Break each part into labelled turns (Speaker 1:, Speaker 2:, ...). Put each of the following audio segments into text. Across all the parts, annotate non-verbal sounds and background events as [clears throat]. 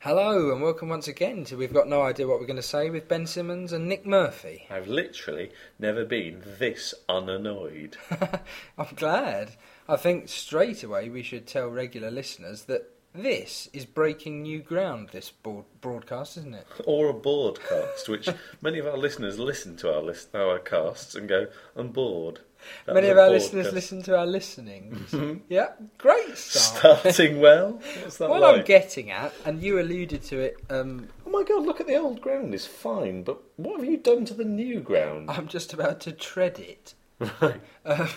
Speaker 1: Hello, and welcome once again to We've Got No Idea What We're Going to Say with Ben Simmons and Nick Murphy. [laughs]
Speaker 2: I've literally never been this unannoyed. [laughs]
Speaker 1: I'm glad. I think straight away we should tell regular listeners that this is breaking new ground, this broad- broadcast, isn't it?
Speaker 2: or a bored
Speaker 1: [laughs]
Speaker 2: cast, which many of our listeners listen to our list, our casts and go, I'm bored. That
Speaker 1: Many
Speaker 2: was
Speaker 1: of
Speaker 2: a Mm-hmm.
Speaker 1: our
Speaker 2: bored
Speaker 1: listeners
Speaker 2: cast.
Speaker 1: listen to our listenings. yeah, great start.
Speaker 2: Starting well? What's that
Speaker 1: What
Speaker 2: like?
Speaker 1: I'm getting at, and you alluded to it, um,
Speaker 2: oh my god, look at the old ground, it's fine, but what have you done to the new ground?
Speaker 1: I'm just about to tread it.
Speaker 2: Right.
Speaker 1: [laughs] Um,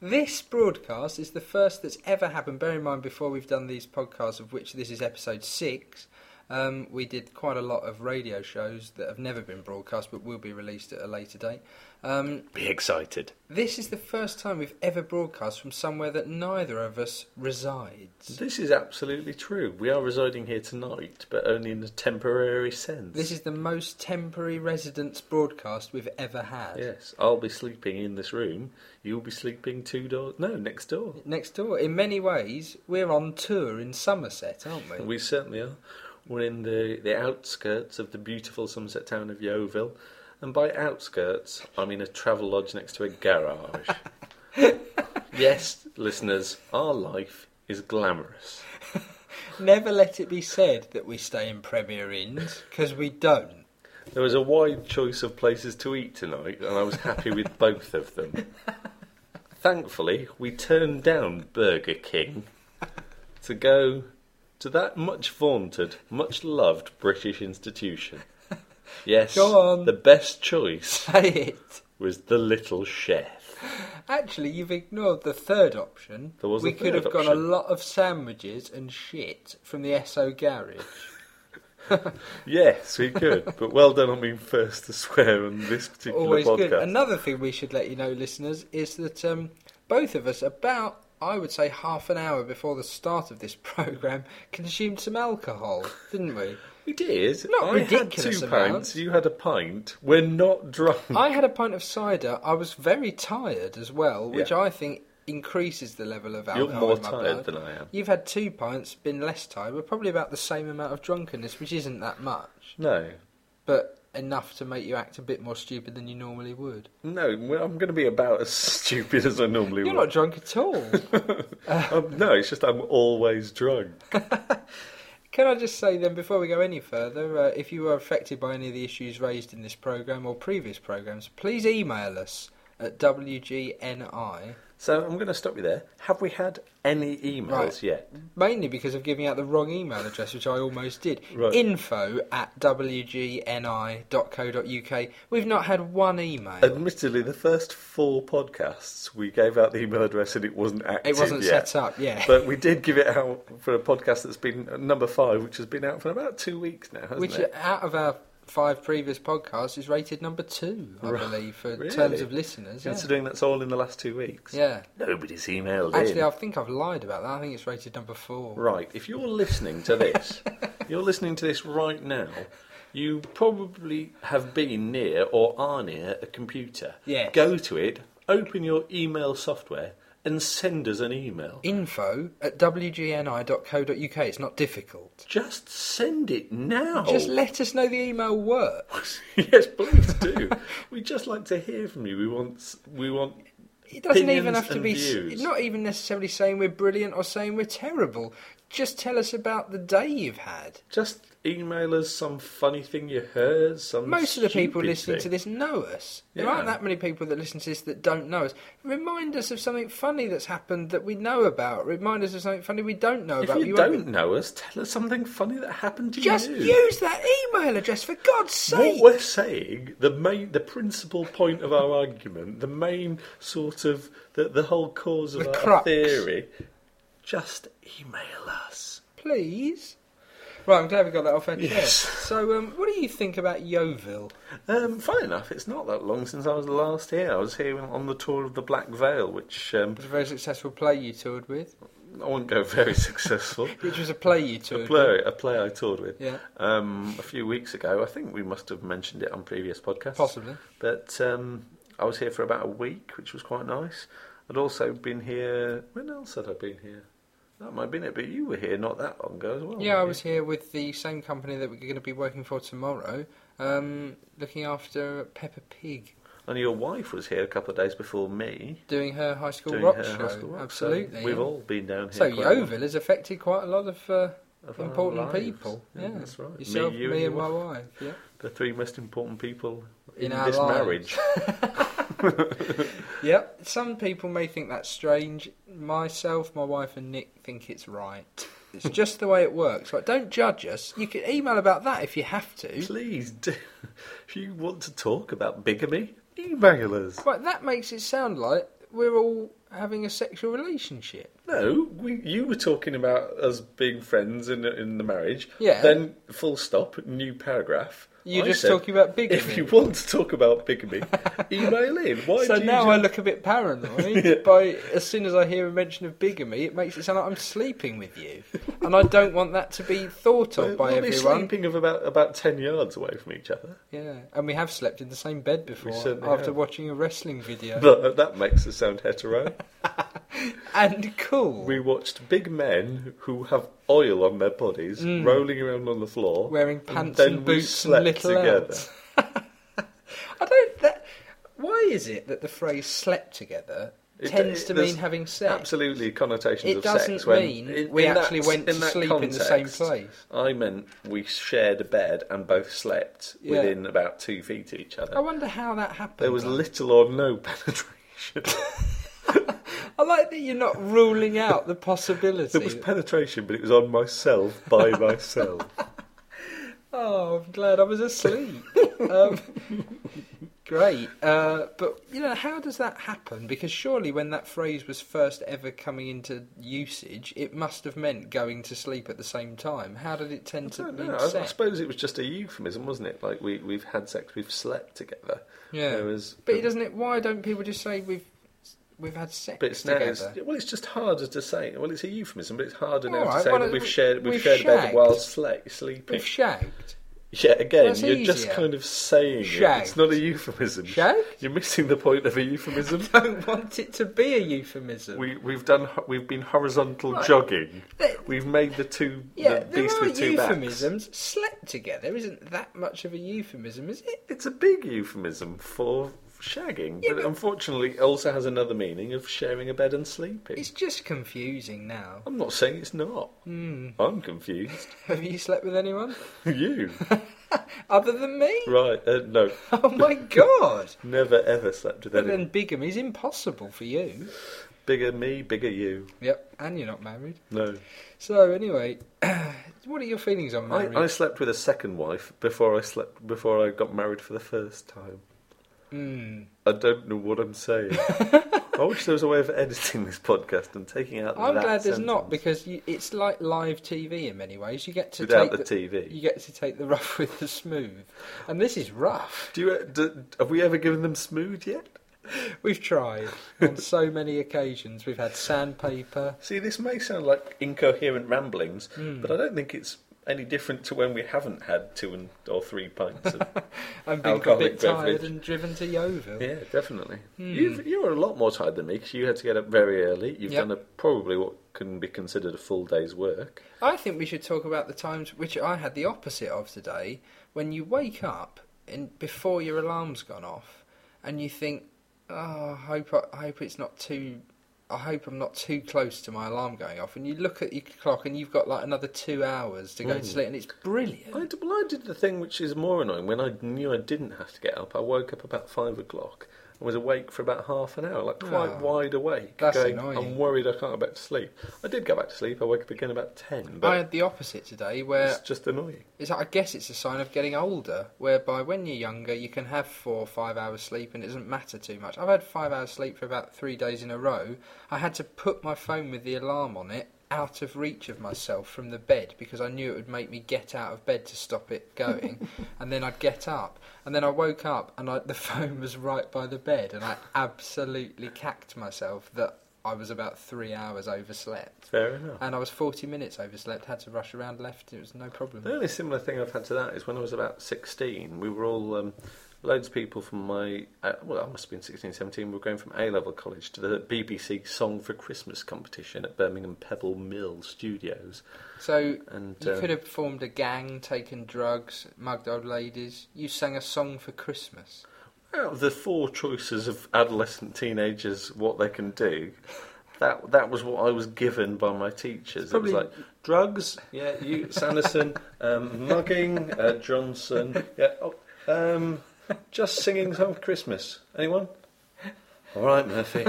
Speaker 1: this broadcast is the first that's ever happened. Bear in mind, before we've done these podcasts, of which this is episode six, um, we did quite a lot of radio shows that have never been broadcast but will be released at a later date. Um,
Speaker 2: Be excited.
Speaker 1: this is the first time we've ever broadcast from somewhere that neither of us resides.
Speaker 2: This is absolutely true. We are residing here tonight, but only in a temporary sense.
Speaker 1: This is the most temporary residence broadcast we've ever had.
Speaker 2: Yes, I'll be sleeping in this room. You'll be sleeping two doors. No, next door.
Speaker 1: Next door. In many ways, we're on tour in Somerset, aren't we?
Speaker 2: We certainly are. We're in the, the outskirts of the beautiful Somerset town of Yeovil. And by outskirts, I mean a travel lodge next to a garage. yes, listeners, our life is glamorous.
Speaker 1: Never let it be said that we stay in Premier Inns, because we don't. [laughs]
Speaker 2: There was a wide choice of places to eat tonight, and I was
Speaker 1: [laughs]
Speaker 2: happy with both of them. Thankfully, we turned down Burger King to go to that much vaunted, much loved British institution. Yes,
Speaker 1: Go on.
Speaker 2: the best choice
Speaker 1: Say it.
Speaker 2: was the Little Chef.
Speaker 1: Actually, you've ignored the third option.
Speaker 2: There was a
Speaker 1: we could
Speaker 2: third
Speaker 1: have gone a
Speaker 2: option.
Speaker 1: lot of sandwiches and shit from the SO
Speaker 2: [laughs]
Speaker 1: garage.
Speaker 2: Yes,
Speaker 1: [laughs]
Speaker 2: we could, but well done on being first to swear on this particular
Speaker 1: Always
Speaker 2: podcast.
Speaker 1: good. Another thing we should let you know, listeners, is that um, both of us, about I would say half an hour before the start of this [laughs] program, consumed some alcohol, didn't we?
Speaker 2: [laughs] We did.
Speaker 1: Not
Speaker 2: I had
Speaker 1: ridiculous
Speaker 2: two
Speaker 1: amounts. Oh,
Speaker 2: pints. You had a pint. We're not drunk.
Speaker 1: I had a pint of cider. I was very tired as well, which
Speaker 2: Yeah.
Speaker 1: I think increases the level of alcohol.
Speaker 2: You're more
Speaker 1: oh, in my
Speaker 2: tired
Speaker 1: blood.
Speaker 2: than I am.
Speaker 1: You've had two pints, been less tired, but probably about the same amount of drunkenness, which isn't that much,
Speaker 2: No,
Speaker 1: but enough to make you act a bit more stupid than you normally would.
Speaker 2: no. well, I'm going to be about as [laughs] stupid as I normally
Speaker 1: You're not
Speaker 2: would.
Speaker 1: drunk at all. [laughs]
Speaker 2: Um, no, it's just I'm always drunk.
Speaker 1: Can I just say then, before we go any further, uh, if you are affected by any of the issues raised in this programme or previous programmes, please email us at WGNI,
Speaker 2: So I'm going to stop you there. Have we had any emails
Speaker 1: Right.
Speaker 2: yet?
Speaker 1: mainly because of giving out the wrong email address, which I almost did.
Speaker 2: Right.
Speaker 1: Info at WGNI.co.uk. We've not had one email.
Speaker 2: Uh, Admittedly, the first four podcasts we gave out the email address and it wasn't active.
Speaker 1: It wasn't
Speaker 2: yet.
Speaker 1: set up, yeah.
Speaker 2: But we did give it out for a podcast that's been at number five, which has been out for about two weeks now, hasn't
Speaker 1: Which
Speaker 2: it?
Speaker 1: out of our five previous podcasts is rated number two, I believe, for
Speaker 2: Really?
Speaker 1: terms of listeners. Yeah.
Speaker 2: Considering that's all in the last two weeks.
Speaker 1: Yeah.
Speaker 2: Nobody's emailed in.
Speaker 1: Actually, I think I've lied about that. I think it's rated number four.
Speaker 2: Right, if you're listening
Speaker 1: [laughs]
Speaker 2: to this, you're listening to this right now, you probably have been near or are near a computer.
Speaker 1: Yes.
Speaker 2: Go to it, open your email software, and send us an email.
Speaker 1: Info at wgni.co.uk. It's not difficult.
Speaker 2: Just send it now.
Speaker 1: Just let us know the email works.
Speaker 2: [laughs] yes, please do. we just like to hear from you. We want. s- We want.
Speaker 1: It doesn't even
Speaker 2: opinions
Speaker 1: have to
Speaker 2: and
Speaker 1: be,
Speaker 2: views.
Speaker 1: not even necessarily saying we're brilliant or saying we're terrible. Just tell us about the day you've had.
Speaker 2: Just email us some funny thing you heard. Some
Speaker 1: Most of the people
Speaker 2: stupid
Speaker 1: listening to
Speaker 2: thing.
Speaker 1: this know us. There
Speaker 2: Yeah.
Speaker 1: aren't that many people that listen to this that don't know us. Remind us of something funny that's happened that we know about. Remind us of something funny we don't know
Speaker 2: If
Speaker 1: about.
Speaker 2: you,
Speaker 1: won't
Speaker 2: don't know us, tell us something funny that happened to
Speaker 1: be- just
Speaker 2: you.
Speaker 1: use that email address for God's sake.
Speaker 2: What we're saying, the main, the principal point of our argument, the main sort of the, the whole cause of
Speaker 1: The
Speaker 2: our
Speaker 1: crux.
Speaker 2: theory, just email us.
Speaker 1: Please. Right, I'm glad we got that off our chest.
Speaker 2: Yes.
Speaker 1: So, um, what do you think about Yeovil?
Speaker 2: Um, fun enough, it's not that long since I was last here. I was here on the tour of the Black Veil, which um,
Speaker 1: It was a very successful play you toured with,
Speaker 2: I won't go very [laughs] successful.
Speaker 1: which was a play you
Speaker 2: A
Speaker 1: toured with.
Speaker 2: play, a play I toured with
Speaker 1: Yeah.
Speaker 2: um, a few weeks ago. I think we must have mentioned it on previous podcasts.
Speaker 1: Possibly.
Speaker 2: But um, I was here for about a week, which was quite nice. I'd also been here. When else had I been here? That might have been it, but you were here not that long ago as well.
Speaker 1: yeah, I
Speaker 2: weren't
Speaker 1: was here with the same company that we're going to be working for tomorrow, um, looking after Peppa Pig,
Speaker 2: you? And your wife was here a couple of days before me.
Speaker 1: doing her high school
Speaker 2: doing
Speaker 1: rock
Speaker 2: her
Speaker 1: show.
Speaker 2: hostel rock, so
Speaker 1: Absolutely.
Speaker 2: we've
Speaker 1: yeah.
Speaker 2: all been down here.
Speaker 1: So
Speaker 2: quite a lot
Speaker 1: Yeovil has affected quite a lot of, uh,
Speaker 2: of our
Speaker 1: important
Speaker 2: lives.
Speaker 1: people. Yeah,
Speaker 2: that's right.
Speaker 1: Yourself, me,
Speaker 2: you
Speaker 1: and
Speaker 2: your
Speaker 1: my
Speaker 2: wife.
Speaker 1: wife. Yeah.
Speaker 2: The three most important people
Speaker 1: In
Speaker 2: in,
Speaker 1: our
Speaker 2: this
Speaker 1: lives.
Speaker 2: marriage. [laughs]
Speaker 1: Yep. Some people may think that's strange. Myself, my wife, and Nick think it's right. It's just the way it works. Like, don't judge us. You can email about that if you have to.
Speaker 2: Please, do. if you want to talk about bigamy, email us.
Speaker 1: But that makes it sound like we're all having a sexual relationship.
Speaker 2: No, we, you were talking about us being friends in in the marriage.
Speaker 1: Yeah.
Speaker 2: Then full stop, new paragraph.
Speaker 1: You're
Speaker 2: I
Speaker 1: just
Speaker 2: said,
Speaker 1: talking about bigamy.
Speaker 2: If you want to talk
Speaker 1: [laughs]
Speaker 2: about bigamy, email in. Why
Speaker 1: so
Speaker 2: do you
Speaker 1: now
Speaker 2: ju-
Speaker 1: I look a bit
Speaker 2: [laughs]
Speaker 1: paranoid. By as soon as I hear a mention of bigamy, it makes it sound like I'm sleeping with you, and I don't want that to be thought
Speaker 2: We're-
Speaker 1: of by
Speaker 2: we'll be
Speaker 1: everyone.
Speaker 2: sleeping of about about ten yards away from each other.
Speaker 1: Yeah, and we have slept in the same bed before after
Speaker 2: certainly have.
Speaker 1: watching a wrestling video.
Speaker 2: But uh, that makes us sound hetero.
Speaker 1: and cool,
Speaker 2: we watched big men who have oil on their bodies
Speaker 1: Mm.
Speaker 2: rolling around on the floor.
Speaker 1: wearing
Speaker 2: and
Speaker 1: pants
Speaker 2: then
Speaker 1: and,
Speaker 2: we
Speaker 1: boots and
Speaker 2: slept
Speaker 1: little
Speaker 2: together.
Speaker 1: outs. [laughs] I don't. That, why is it that the phrase "slept together"
Speaker 2: It-
Speaker 1: tends
Speaker 2: it-
Speaker 1: to
Speaker 2: there's
Speaker 1: mean having sex?
Speaker 2: Absolutely, connotations
Speaker 1: It
Speaker 2: of
Speaker 1: doesn't
Speaker 2: sex. when-
Speaker 1: mean
Speaker 2: in-
Speaker 1: we
Speaker 2: in that-
Speaker 1: actually went to
Speaker 2: in that
Speaker 1: sleep in the
Speaker 2: context,
Speaker 1: same place.
Speaker 2: I meant we shared a bed and both slept
Speaker 1: Yeah. Oh.
Speaker 2: within about two feet of each other.
Speaker 1: I wonder how that happened.
Speaker 2: there was little or
Speaker 1: [laughs]
Speaker 2: no penetration.
Speaker 1: I like that you're not ruling out the possibility.
Speaker 2: there was penetration, but it was on myself
Speaker 1: [laughs]
Speaker 2: by myself.
Speaker 1: Oh, I'm glad I was asleep. um, [laughs] great. Uh, but, you know, how does that happen? Because surely when that phrase was first ever coming into usage, it must have meant going to sleep at the same time. How did it
Speaker 2: I
Speaker 1: tend to
Speaker 2: don't
Speaker 1: mean
Speaker 2: know. I, I
Speaker 1: sex?
Speaker 2: suppose it was just a euphemism, wasn't it? Like we we've had sex, we've slept together.
Speaker 1: Yeah.
Speaker 2: Whereas,
Speaker 1: But it doesn't it, why don't people just say we've we've had sex
Speaker 2: But it's now, it's,
Speaker 1: together?
Speaker 2: well, it's just harder to say. Well, it's a euphemism, but it's harder now
Speaker 1: All right,
Speaker 2: to say
Speaker 1: well,
Speaker 2: that we've
Speaker 1: we-
Speaker 2: shared we've,
Speaker 1: we've
Speaker 2: shared a bed
Speaker 1: shagged.
Speaker 2: while sle- sleeping.
Speaker 1: We've shagged. [laughs]
Speaker 2: yeah, again,
Speaker 1: That's
Speaker 2: you're just
Speaker 1: easier.
Speaker 2: kind of saying it.
Speaker 1: Shagged.
Speaker 2: It's not a euphemism.
Speaker 1: Shagged?
Speaker 2: You're missing the point of a euphemism.
Speaker 1: Don't want it to be a euphemism.
Speaker 2: we we've done ho- we've been horizontal
Speaker 1: Right.
Speaker 2: jogging.
Speaker 1: There-
Speaker 2: We've made the two
Speaker 1: yeah,
Speaker 2: the
Speaker 1: there
Speaker 2: beast
Speaker 1: are
Speaker 2: with two backs.
Speaker 1: euphemisms. Slept together isn't that much of a euphemism, is it?
Speaker 2: It's a big euphemism for shagging,
Speaker 1: Yeah,
Speaker 2: but,
Speaker 1: but-
Speaker 2: unfortunately, it also has another meaning of sharing a bed and sleeping.
Speaker 1: It's just confusing now.
Speaker 2: I'm not saying it's not.
Speaker 1: Hmm.
Speaker 2: I'm confused. [laughs]
Speaker 1: Have you slept with anyone
Speaker 2: you
Speaker 1: other than me? [laughs]
Speaker 2: right? Uh, no.
Speaker 1: Oh
Speaker 2: [laughs]
Speaker 1: my god!
Speaker 2: Never ever slept with
Speaker 1: But
Speaker 2: anyone.
Speaker 1: then bigamy's impossible for you.
Speaker 2: Bigger me, bigger you.
Speaker 1: Yep, and you're not married.
Speaker 2: No.
Speaker 1: So anyway, [clears throat] what are your feelings on marriage?
Speaker 2: I, I slept with a second wife before I slept before I got married for the first time.
Speaker 1: Hmm.
Speaker 2: I don't know what I'm saying.
Speaker 1: [laughs]
Speaker 2: I wish there was a way of editing this podcast and taking out.
Speaker 1: I'm
Speaker 2: that
Speaker 1: glad there's
Speaker 2: sentence
Speaker 1: not because you, it's like live TV in many ways. You get to
Speaker 2: without the,
Speaker 1: take
Speaker 2: TV.
Speaker 1: you get to take the [laughs] rough with the smooth, and this is rough.
Speaker 2: Do you do, have we ever given them smooth yet?
Speaker 1: We've tried on so many occasions. We've had sandpaper.
Speaker 2: See, this may sound like incoherent ramblings,
Speaker 1: Hmm.
Speaker 2: but I don't think it's any different to when we haven't had two and or three pints.
Speaker 1: [laughs]
Speaker 2: Of,
Speaker 1: I've been a
Speaker 2: Alcoholic
Speaker 1: bit tired
Speaker 2: beverage.
Speaker 1: and driven to Yeovil.
Speaker 2: yeah, definitely.
Speaker 1: Hmm.
Speaker 2: You've, you were a lot more tired than me because you had to get up very early. You've
Speaker 1: Yep.
Speaker 2: done a, probably what can be considered a full day's work.
Speaker 1: I think we should talk about the times which I had the opposite of today when you wake up and before your alarm's gone off and you think, oh, I hope, I, I hope it's not too. I hope I'm not too close to my alarm going off. And you look at your clock and you've got like another two hours to go
Speaker 2: Mm.
Speaker 1: to sleep, and it's
Speaker 2: I,
Speaker 1: brilliant.
Speaker 2: d- well, I did the thing which is more annoying. When I knew I didn't have to get up, I woke up about five o'clock and was awake for about half an hour, like quite
Speaker 1: Oh.
Speaker 2: wide awake.
Speaker 1: That's
Speaker 2: going,
Speaker 1: annoying.
Speaker 2: I'm worried I can't go back to sleep. I did go back to sleep. I woke up again about ten,
Speaker 1: I uh,
Speaker 2: but
Speaker 1: had the opposite today where
Speaker 2: it's just annoying.
Speaker 1: It's, I guess it's a sign of getting older, whereby when you're younger, you can have four or five hours sleep and it doesn't matter too much. I've had five hours sleep for about three days in a row. I had to put my phone with the alarm on it out of reach of myself from the bed because I knew it would make me get out of bed to stop it going. and then I'd get up. And then I woke up and I, [laughs] the phone was right by the bed and I absolutely cacked myself that I was about three hours overslept.
Speaker 2: Fair enough.
Speaker 1: And I was 40 minutes overslept, had to rush
Speaker 2: [laughs]
Speaker 1: around left, it was no problem.
Speaker 2: The only similar thing I've had to that is when I was about 16, we were all um, Loads of people from my, uh, well, I must have been 16, 17, were going from A level college to the BBC Song for Christmas competition at Birmingham Pebble Mill Studios.
Speaker 1: So
Speaker 2: And
Speaker 1: You
Speaker 2: um,
Speaker 1: could have formed a gang, taken drugs, mugged old ladies. You sang a song for Christmas.
Speaker 2: out of the four choices of adolescent teenagers, what they can do, that that was what I was given by my teachers.
Speaker 1: It's
Speaker 2: It was like
Speaker 1: probably-
Speaker 2: drugs, yeah, you [laughs] Sanderson, um, mugging, uh, Johnson, yeah, oh, um, just singing song for Christmas. Anyone? All right, Murphy.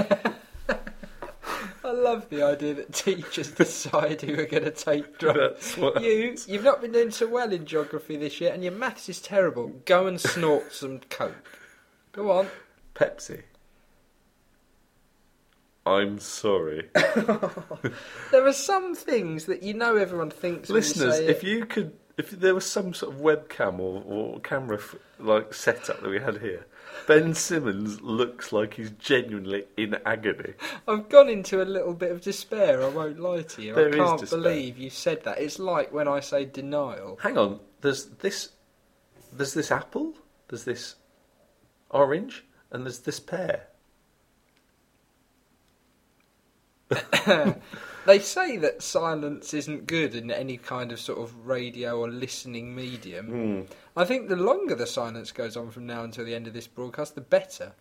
Speaker 1: I love the idea that teachers [laughs] decide who are going to take drugs.
Speaker 2: [laughs] That's what.
Speaker 1: You, you've not been doing so well in geography this year, and your maths is terrible. Go and snort some coke. Go on.
Speaker 2: Pepsi. I'm sorry.
Speaker 1: There are some things that you know everyone thinks. when you
Speaker 2: Listeners,
Speaker 1: say
Speaker 2: if
Speaker 1: it.
Speaker 2: you could, if there was some sort of webcam or, or camera f- like setup that we had here, Ben Simmons looks like he's genuinely in agony.
Speaker 1: I've gone into a little bit of despair. I won't lie to you.
Speaker 2: There
Speaker 1: I
Speaker 2: is
Speaker 1: can't
Speaker 2: despair.
Speaker 1: believe you said that. It's like when I say denial.
Speaker 2: Hang on, there's this, there's this apple, there's this orange, and there's this pear.
Speaker 1: They say that silence isn't good in any kind of sort of radio or listening medium.
Speaker 2: Mm. Hmm.
Speaker 1: I think the longer the silence goes on from now until the end of this broadcast, the better.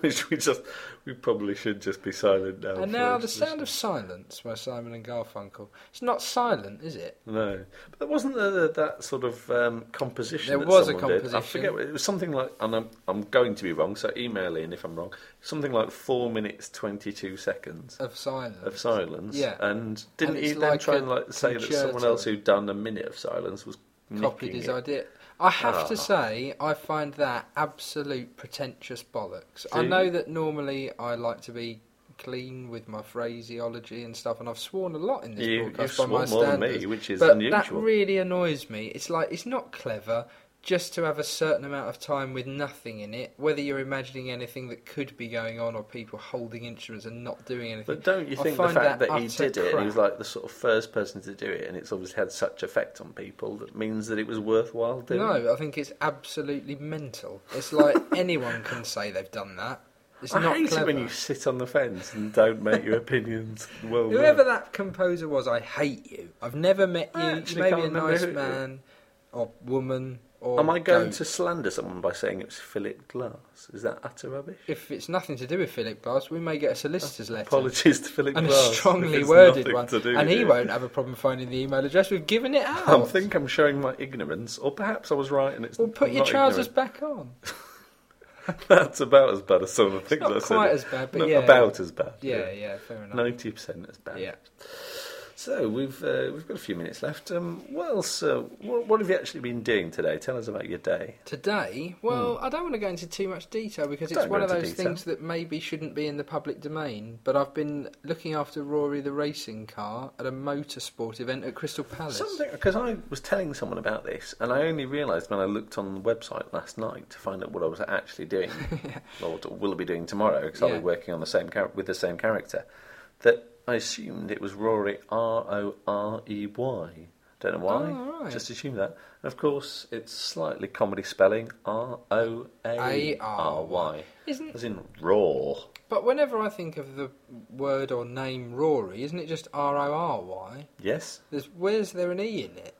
Speaker 2: Which [laughs] we just, we probably should just be silent now.
Speaker 1: and
Speaker 2: Oh, for
Speaker 1: now the
Speaker 2: this
Speaker 1: sound of silence by Simon and Garfunkel. It's not silent, is it?
Speaker 2: No, but there wasn't there that, that sort of um, composition.
Speaker 1: There
Speaker 2: that
Speaker 1: was a
Speaker 2: someone did? I
Speaker 1: composition.
Speaker 2: forget. what- It was something like, and I'm I'm going to be wrong, so email in if I'm wrong. Something like four minutes twenty two seconds
Speaker 1: Of silence.
Speaker 2: of silence.
Speaker 1: Yeah.
Speaker 2: and didn't
Speaker 1: And
Speaker 2: he
Speaker 1: it's
Speaker 2: then
Speaker 1: like
Speaker 2: try
Speaker 1: a
Speaker 2: and like say that someone
Speaker 1: concerto.
Speaker 2: else who'd done a minute of silence was
Speaker 1: Copied
Speaker 2: nicking
Speaker 1: his
Speaker 2: it?
Speaker 1: idea. I have
Speaker 2: Ah.
Speaker 1: to say, I find that absolute pretentious bollocks. I
Speaker 2: Do you?
Speaker 1: know that normally I like to be clean with my phraseology and stuff, and I've sworn a lot in this
Speaker 2: You, you've
Speaker 1: broadcast by
Speaker 2: sworn
Speaker 1: my
Speaker 2: more
Speaker 1: standards.
Speaker 2: than me, which is
Speaker 1: but that
Speaker 2: unusual.
Speaker 1: really annoys me. It's like it's not clever just to have a certain amount of time with nothing in it, whether you're imagining anything that could be going on or people holding instruments and not doing anything.
Speaker 2: But don't you
Speaker 1: I
Speaker 2: think the
Speaker 1: find
Speaker 2: fact
Speaker 1: that
Speaker 2: that, he
Speaker 1: utter
Speaker 2: did it, and he was
Speaker 1: crap.
Speaker 2: like the sort of first person to do it, and it's obviously had such effect on people, that means that it was worthwhile doing?
Speaker 1: no, I think it's absolutely mental. It's
Speaker 2: [laughs]
Speaker 1: like anyone can say they've done that. It's
Speaker 2: I
Speaker 1: not
Speaker 2: hate
Speaker 1: clever.
Speaker 2: it when you sit on the fence and don't make
Speaker 1: [laughs]
Speaker 2: your opinions well known.
Speaker 1: Whoever that composer was, I hate you. I've never met you.
Speaker 2: I
Speaker 1: You
Speaker 2: actually
Speaker 1: may be
Speaker 2: can't
Speaker 1: a
Speaker 2: remember
Speaker 1: nice
Speaker 2: who it
Speaker 1: man or woman or
Speaker 2: Am I going
Speaker 1: goat.
Speaker 2: to slander someone by saying it was Philip Glass? Is that utter rubbish?
Speaker 1: If it's nothing to do with Philip Glass, we may get a solicitor's letter.
Speaker 2: Oh, Apologies to Philip
Speaker 1: and a
Speaker 2: Glass. if
Speaker 1: strongly
Speaker 2: it's
Speaker 1: worded
Speaker 2: nothing
Speaker 1: one.
Speaker 2: to do
Speaker 1: And
Speaker 2: with
Speaker 1: he
Speaker 2: it.
Speaker 1: won't have a problem finding the email address. We've given it out.
Speaker 2: I think I'm showing my ignorance, or perhaps I was right and it's.
Speaker 1: well, put
Speaker 2: I'm
Speaker 1: your
Speaker 2: not
Speaker 1: trousers
Speaker 2: ignorant.
Speaker 1: back on.
Speaker 2: [laughs] That's about as bad as some of the
Speaker 1: It's
Speaker 2: things I
Speaker 1: not
Speaker 2: said.
Speaker 1: quite as bad, but
Speaker 2: Not
Speaker 1: yeah.
Speaker 2: about as bad.
Speaker 1: Yeah, yeah, fair enough.
Speaker 2: ninety percent as bad.
Speaker 1: Yeah.
Speaker 2: So we've uh, we've got a few minutes left. Um, what else? Uh, what, what have you actually been doing today? Tell us about your day.
Speaker 1: Today, well, I don't want to go into too much detail because it's
Speaker 2: Don't go
Speaker 1: one of
Speaker 2: into
Speaker 1: those
Speaker 2: detail.
Speaker 1: things that maybe shouldn't be in the public domain. But I've been looking after Rory the racing car at a motorsport event at Crystal Palace.
Speaker 2: Something because I was telling someone about this, and I only realised when I looked on the website last night to find out what I was actually [laughs] doing, or what I will be doing tomorrow, because I'll
Speaker 1: Yeah.
Speaker 2: be working on the same char- with the same character. That I assumed it was Rory R O R E Y. Don't know why.
Speaker 1: Oh, right.
Speaker 2: Just assume that. And of course, it's slightly comedy spelling R O A R Y,
Speaker 1: Isn't,
Speaker 2: as in raw.
Speaker 1: but whenever I think of the word or name Rory, isn't it just R O R Y?
Speaker 2: Yes,
Speaker 1: There's where's there an E in it?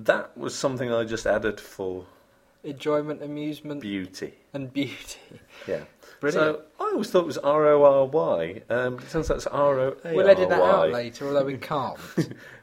Speaker 2: that was something I just added for
Speaker 1: Enjoyment, amusement,
Speaker 2: beauty.
Speaker 1: and
Speaker 2: [laughs]
Speaker 1: beauty.
Speaker 2: Yeah.
Speaker 1: Brilliant.
Speaker 2: So I always thought it was R O R Y. Um, it sounds like it's R O A R Y.
Speaker 1: We'll edit that out later, although we
Speaker 2: [laughs]
Speaker 1: can't.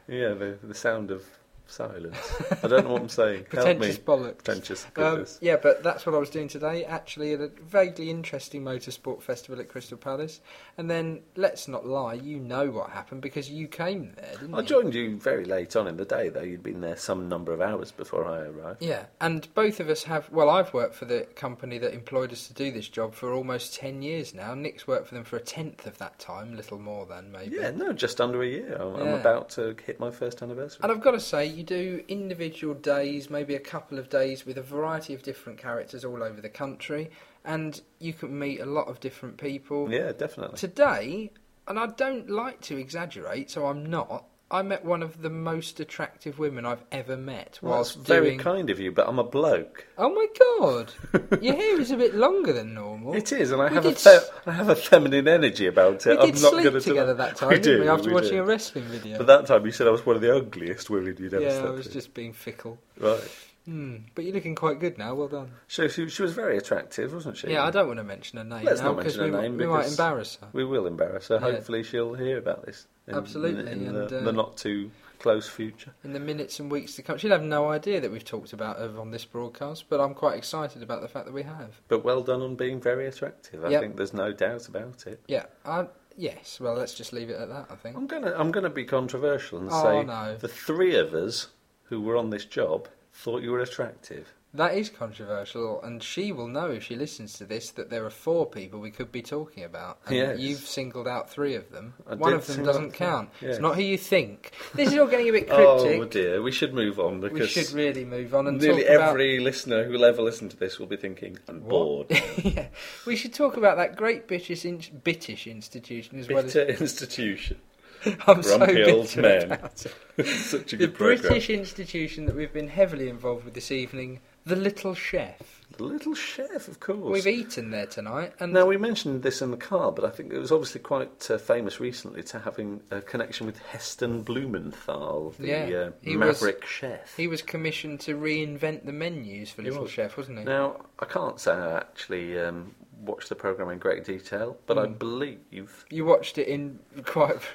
Speaker 2: Yeah, the, the sound of silence. I don't know what
Speaker 1: [laughs]
Speaker 2: I'm saying. Help me.
Speaker 1: Pretentious bollocks.
Speaker 2: Pretentious
Speaker 1: Um,
Speaker 2: goodness.
Speaker 1: yeah, but that's what I was doing today, actually, at a vaguely interesting motorsport festival at Crystal Palace. And then, let's not lie, you know what happened because you came there, didn't
Speaker 2: I
Speaker 1: you?
Speaker 2: joined you very late on in the day, though. You'd been there some number of hours before I arrived.
Speaker 1: Yeah, and both of us have. Well, I've worked for the company that employed us to do this job for almost 10 years now. Nick's worked for them for a tenth of that time, little more than maybe.
Speaker 2: Yeah, no, just under a year. I'm, I'm
Speaker 1: Yeah.
Speaker 2: about to hit my first anniversary.
Speaker 1: And I've got to say, you do individual days, maybe a couple of days, with a variety of different characters all over the country, and you can meet a lot of different people.
Speaker 2: yeah, definitely.
Speaker 1: Today, and I don't like to exaggerate, so I'm not, I met one of the most attractive women I've ever met
Speaker 2: Well, that's
Speaker 1: whilst
Speaker 2: very
Speaker 1: doing.
Speaker 2: kind of you, but I'm a bloke.
Speaker 1: Oh my
Speaker 2: [laughs]
Speaker 1: god! Your hair is a bit longer than normal.
Speaker 2: It is, and I
Speaker 1: We
Speaker 2: have a
Speaker 1: did
Speaker 2: fe-
Speaker 1: s-
Speaker 2: I have a feminine energy about
Speaker 1: we
Speaker 2: it.
Speaker 1: did
Speaker 2: uh, I'm not going
Speaker 1: sleep
Speaker 2: to
Speaker 1: together that time,
Speaker 2: [laughs] We
Speaker 1: didn't
Speaker 2: do,
Speaker 1: we? After
Speaker 2: we
Speaker 1: watching
Speaker 2: do.
Speaker 1: a wrestling video.
Speaker 2: But that time you said I was one of the ugliest women you'd ever
Speaker 1: yeah, I
Speaker 2: slept
Speaker 1: was
Speaker 2: with.
Speaker 1: just being fickle.
Speaker 2: Right.
Speaker 1: Hmm. But you're looking quite good now. Well done.
Speaker 2: So she, she was very attractive, wasn't she?
Speaker 1: Yeah, I don't want to mention her name
Speaker 2: Let's
Speaker 1: now
Speaker 2: not mention
Speaker 1: we,
Speaker 2: her name
Speaker 1: we might
Speaker 2: because-
Speaker 1: embarrass her.
Speaker 2: We will embarrass her.
Speaker 1: Yeah.
Speaker 2: Hopefully, she'll hear about this. In,
Speaker 1: Absolutely,
Speaker 2: In,
Speaker 1: and,
Speaker 2: the,
Speaker 1: uh,
Speaker 2: the not too close future.
Speaker 1: in the minutes and weeks to come. She'll have no idea that we've talked about her on this broadcast, but I'm quite excited about the fact that we have.
Speaker 2: But well done on being very attractive. I
Speaker 1: Yep.
Speaker 2: think there's no doubt about it.
Speaker 1: Yeah, I, yes. Well, let's just leave it at that. I think.
Speaker 2: I'm gonna I'm gonna be controversial and
Speaker 1: Oh,
Speaker 2: say
Speaker 1: no.
Speaker 2: the three of us who were on this job thought you were attractive.
Speaker 1: That is controversial, and she will know if she listens to this that there are four people we could be talking about. And
Speaker 2: Yes.
Speaker 1: You've singled out three of them.
Speaker 2: I
Speaker 1: One
Speaker 2: did
Speaker 1: of them
Speaker 2: single
Speaker 1: doesn't
Speaker 2: out-
Speaker 1: count.
Speaker 2: yes.
Speaker 1: It's not who you think. This is all getting a bit
Speaker 2: [laughs] Oh
Speaker 1: cryptic.
Speaker 2: dear, we should move on
Speaker 1: we
Speaker 2: because
Speaker 1: should really move on and
Speaker 2: nearly
Speaker 1: talk about.
Speaker 2: every listener who will ever listen to this will be thinking, "I'm
Speaker 1: What? [laughs]
Speaker 2: bored."
Speaker 1: yeah, we should talk about that great British in- British institution as well as
Speaker 2: Bitter [laughs] institution,
Speaker 1: [laughs] I'm
Speaker 2: grumpy
Speaker 1: so
Speaker 2: old
Speaker 1: bitter
Speaker 2: men.
Speaker 1: about it.
Speaker 2: Such a
Speaker 1: The
Speaker 2: good program.
Speaker 1: British institution that we've been heavily involved with this evening, the Little Chef.
Speaker 2: The Little Chef, of course.
Speaker 1: We've eaten there tonight, and
Speaker 2: Now, we mentioned this in the car, but I think it was obviously quite uh, famous recently to having a connection with Heston Blumenthal, the
Speaker 1: Yeah,
Speaker 2: uh,
Speaker 1: he was-
Speaker 2: maverick chef.
Speaker 1: he was commissioned to reinvent the menus for
Speaker 2: He
Speaker 1: Little
Speaker 2: was.
Speaker 1: Chef, wasn't he?
Speaker 2: Now, I can't say I actually um, watched the programme in great detail, but I
Speaker 1: Mm.
Speaker 2: believe
Speaker 1: You watched it in quite [laughs]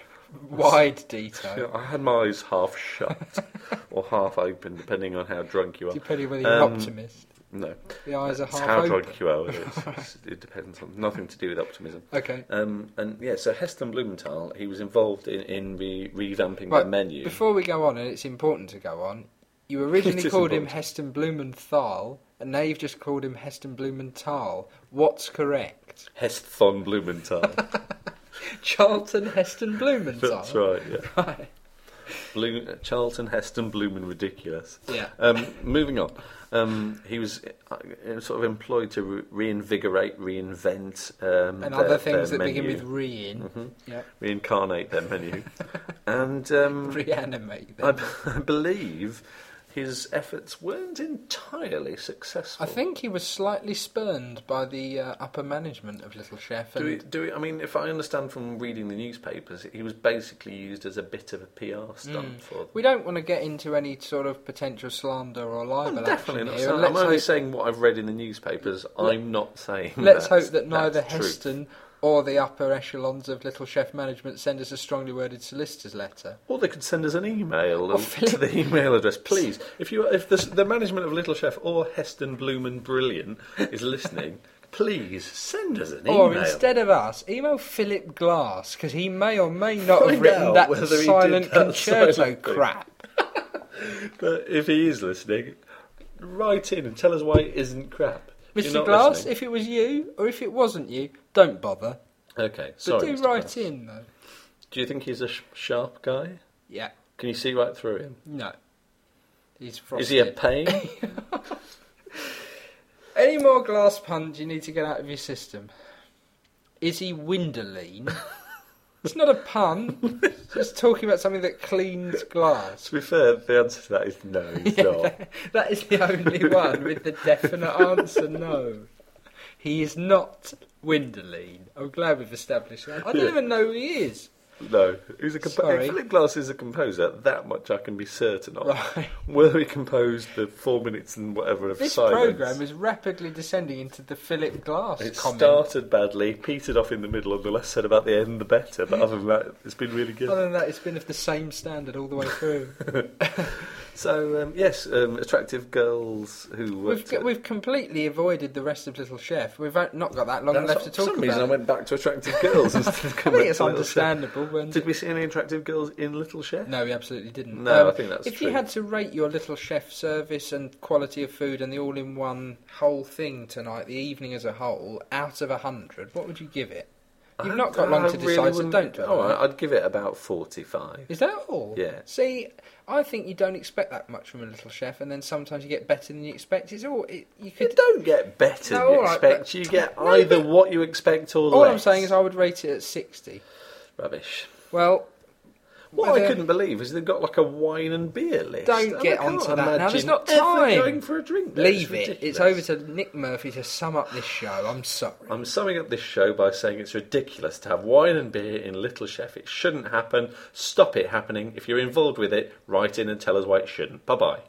Speaker 1: wide
Speaker 2: you
Speaker 1: detail,
Speaker 2: know, [laughs] I had my eyes
Speaker 1: [laughs]
Speaker 2: half shut or half open, depending on how drunk you are.
Speaker 1: depending whether you're an
Speaker 2: Um,
Speaker 1: optimist.
Speaker 2: No,
Speaker 1: The eyes are
Speaker 2: it's
Speaker 1: half
Speaker 2: how
Speaker 1: open.
Speaker 2: drunk you are.
Speaker 1: [laughs]
Speaker 2: It's, it's, it depends on nothing to do with optimism.
Speaker 1: Okay.
Speaker 2: Um, and yeah, so Heston Blumenthal, he was involved in, in re- revamping
Speaker 1: Right,
Speaker 2: the menu.
Speaker 1: Before we go on, and it's important to go on, you originally
Speaker 2: [laughs] It is
Speaker 1: called him
Speaker 2: important.
Speaker 1: Heston Blumenthal, and now you've just called him Heston Blumenthal. What's correct?
Speaker 2: Heston Blumenthal.
Speaker 1: Charlton Heston [laughs] Blumenthal.
Speaker 2: That's right, yeah.
Speaker 1: [laughs] Right.
Speaker 2: Blue, Charlton Heston Blumen Ridiculous.
Speaker 1: Yeah.
Speaker 2: Um, moving on. Um, he was uh, uh, sort of employed to re- reinvigorate, reinvent, um,
Speaker 1: And
Speaker 2: their-
Speaker 1: other things
Speaker 2: their
Speaker 1: that begin
Speaker 2: menu.
Speaker 1: with re in. [laughs]
Speaker 2: Mhm.
Speaker 1: Yep.
Speaker 2: reincarnate
Speaker 1: [laughs]
Speaker 2: their menu. and um,
Speaker 1: Reanimate
Speaker 2: I,
Speaker 1: them.
Speaker 2: b- [laughs] I believe his efforts weren't entirely successful.
Speaker 1: I think he was slightly spurned by the uh, upper management of Little Chef.
Speaker 2: Do
Speaker 1: And
Speaker 2: we, do we, I mean, if I understand from reading the newspapers, he was basically used as a bit of a PR stunt
Speaker 1: Mm.
Speaker 2: for them.
Speaker 1: we don't want to get into any sort of potential slander or
Speaker 2: I'm
Speaker 1: libel
Speaker 2: Oh, definitely
Speaker 1: action
Speaker 2: not
Speaker 1: here.
Speaker 2: saying.
Speaker 1: Let's
Speaker 2: I'm only
Speaker 1: hope-
Speaker 2: saying what I've read in the newspapers.
Speaker 1: Let-
Speaker 2: I'm not saying.
Speaker 1: Let's
Speaker 2: Hmm. that's-
Speaker 1: hope that neither
Speaker 2: that's true.
Speaker 1: Heston or the upper echelons of Little Chef management send us a strongly worded solicitor's letter.
Speaker 2: Or they could send us an email
Speaker 1: Or
Speaker 2: and-
Speaker 1: Oh, Philip-
Speaker 2: to the email address, please. If you, if the, the management of Little Chef or Heston Blumen Brilliant
Speaker 1: [laughs]
Speaker 2: is listening, please send us an
Speaker 1: Or
Speaker 2: email.
Speaker 1: instead of us, email Philip Glass because he may or may not have
Speaker 2: Find
Speaker 1: written
Speaker 2: out
Speaker 1: that
Speaker 2: whether he did
Speaker 1: silent
Speaker 2: that [laughs]
Speaker 1: concerto
Speaker 2: silent thing.
Speaker 1: crap.
Speaker 2: But if he is listening, write in and tell us why it isn't crap. If you're
Speaker 1: Mr.
Speaker 2: not
Speaker 1: Glass,
Speaker 2: listening-
Speaker 1: if it was you or if it wasn't you, don't bother.
Speaker 2: okay,
Speaker 1: But
Speaker 2: sorry.
Speaker 1: do
Speaker 2: Mr.
Speaker 1: write
Speaker 2: Glass.
Speaker 1: in though.
Speaker 2: Do you think he's a sh- sharp guy?
Speaker 1: Yeah.
Speaker 2: Can you see right through him?
Speaker 1: No. He's
Speaker 2: Is he a
Speaker 1: frosted.
Speaker 2: pain?
Speaker 1: [laughs] Any more glass puns you need to get out of your system? Is he
Speaker 2: [laughs]
Speaker 1: windowlean? it's not a pun. It's just talking about something that cleans glass.
Speaker 2: to be fair, the answer to that is no,
Speaker 1: [laughs]
Speaker 2: he's not.
Speaker 1: That is the only one with the definite answer no. He is not windowlean. I'm glad we've established that. I don't
Speaker 2: Yeah.
Speaker 1: even know who he is.
Speaker 2: No, he's a compo-
Speaker 1: Sorry.
Speaker 2: Philip Glass is a composer. That much I can be certain of.
Speaker 1: Right.
Speaker 2: [laughs] Where he composed the four minutes and whatever of
Speaker 1: This
Speaker 2: silence.
Speaker 1: programme is rapidly descending into the Philip Glass
Speaker 2: It
Speaker 1: comment.
Speaker 2: started badly, petered off in the middle, and the less said about the end, the better. But other than that, it's been really good.
Speaker 1: Other than that, it's been of the same standard all the way through.
Speaker 2: So um, yes, um, attractive girls who
Speaker 1: We've,
Speaker 2: worked.
Speaker 1: got, we've completely avoided the rest of Little Chef. We've o- not got that long
Speaker 2: That's-
Speaker 1: left to
Speaker 2: for
Speaker 1: talk
Speaker 2: some
Speaker 1: about.
Speaker 2: reason, I went back to attractive girls
Speaker 1: [laughs]
Speaker 2: instead of
Speaker 1: I
Speaker 2: coming
Speaker 1: think it's
Speaker 2: to Little Chef.
Speaker 1: understandable. When
Speaker 2: Did we see any attractive girls in Little Chef?
Speaker 1: no, we absolutely didn't.
Speaker 2: No,
Speaker 1: Mm. Um,
Speaker 2: I think that's
Speaker 1: if
Speaker 2: true.
Speaker 1: you had to rate your Little Chef service and quality of food and the all-in-one whole thing tonight, the evening as a whole, out of a hundred, what would you give it? You've not got long
Speaker 2: I
Speaker 1: to
Speaker 2: really
Speaker 1: decide, so
Speaker 2: wouldn't-
Speaker 1: don't do it.
Speaker 2: All right, I'd give it about forty-five.
Speaker 1: Is that all?
Speaker 2: Yeah.
Speaker 1: See, I think you don't expect that much from a Little Chef, and then sometimes you get better than you expect. It's all it, you
Speaker 2: You
Speaker 1: could.
Speaker 2: don't get better
Speaker 1: No,
Speaker 2: than you
Speaker 1: all right,
Speaker 2: expect.
Speaker 1: but-
Speaker 2: You get
Speaker 1: No,
Speaker 2: either
Speaker 1: but-
Speaker 2: what you expect or
Speaker 1: All
Speaker 2: less.
Speaker 1: I'm saying is, I would rate it at sixty.
Speaker 2: rubbish.
Speaker 1: Well,
Speaker 2: What
Speaker 1: Whether-
Speaker 2: I couldn't believe is they've got like a wine and beer list.
Speaker 1: Don't
Speaker 2: and
Speaker 1: get
Speaker 2: I can't
Speaker 1: onto that now, there's
Speaker 2: imagine
Speaker 1: not
Speaker 2: ever
Speaker 1: time.
Speaker 2: Going for a drink. there.
Speaker 1: Leave it. It's over
Speaker 2: ridiculous.
Speaker 1: to Nick Murphy to sum up this show. I'm sorry.
Speaker 2: I'm summing up this show by saying it's ridiculous to have wine and beer in Little Chef. It shouldn't happen. Stop it happening. If you're involved with it, write in and tell us why it shouldn't. Bye bye.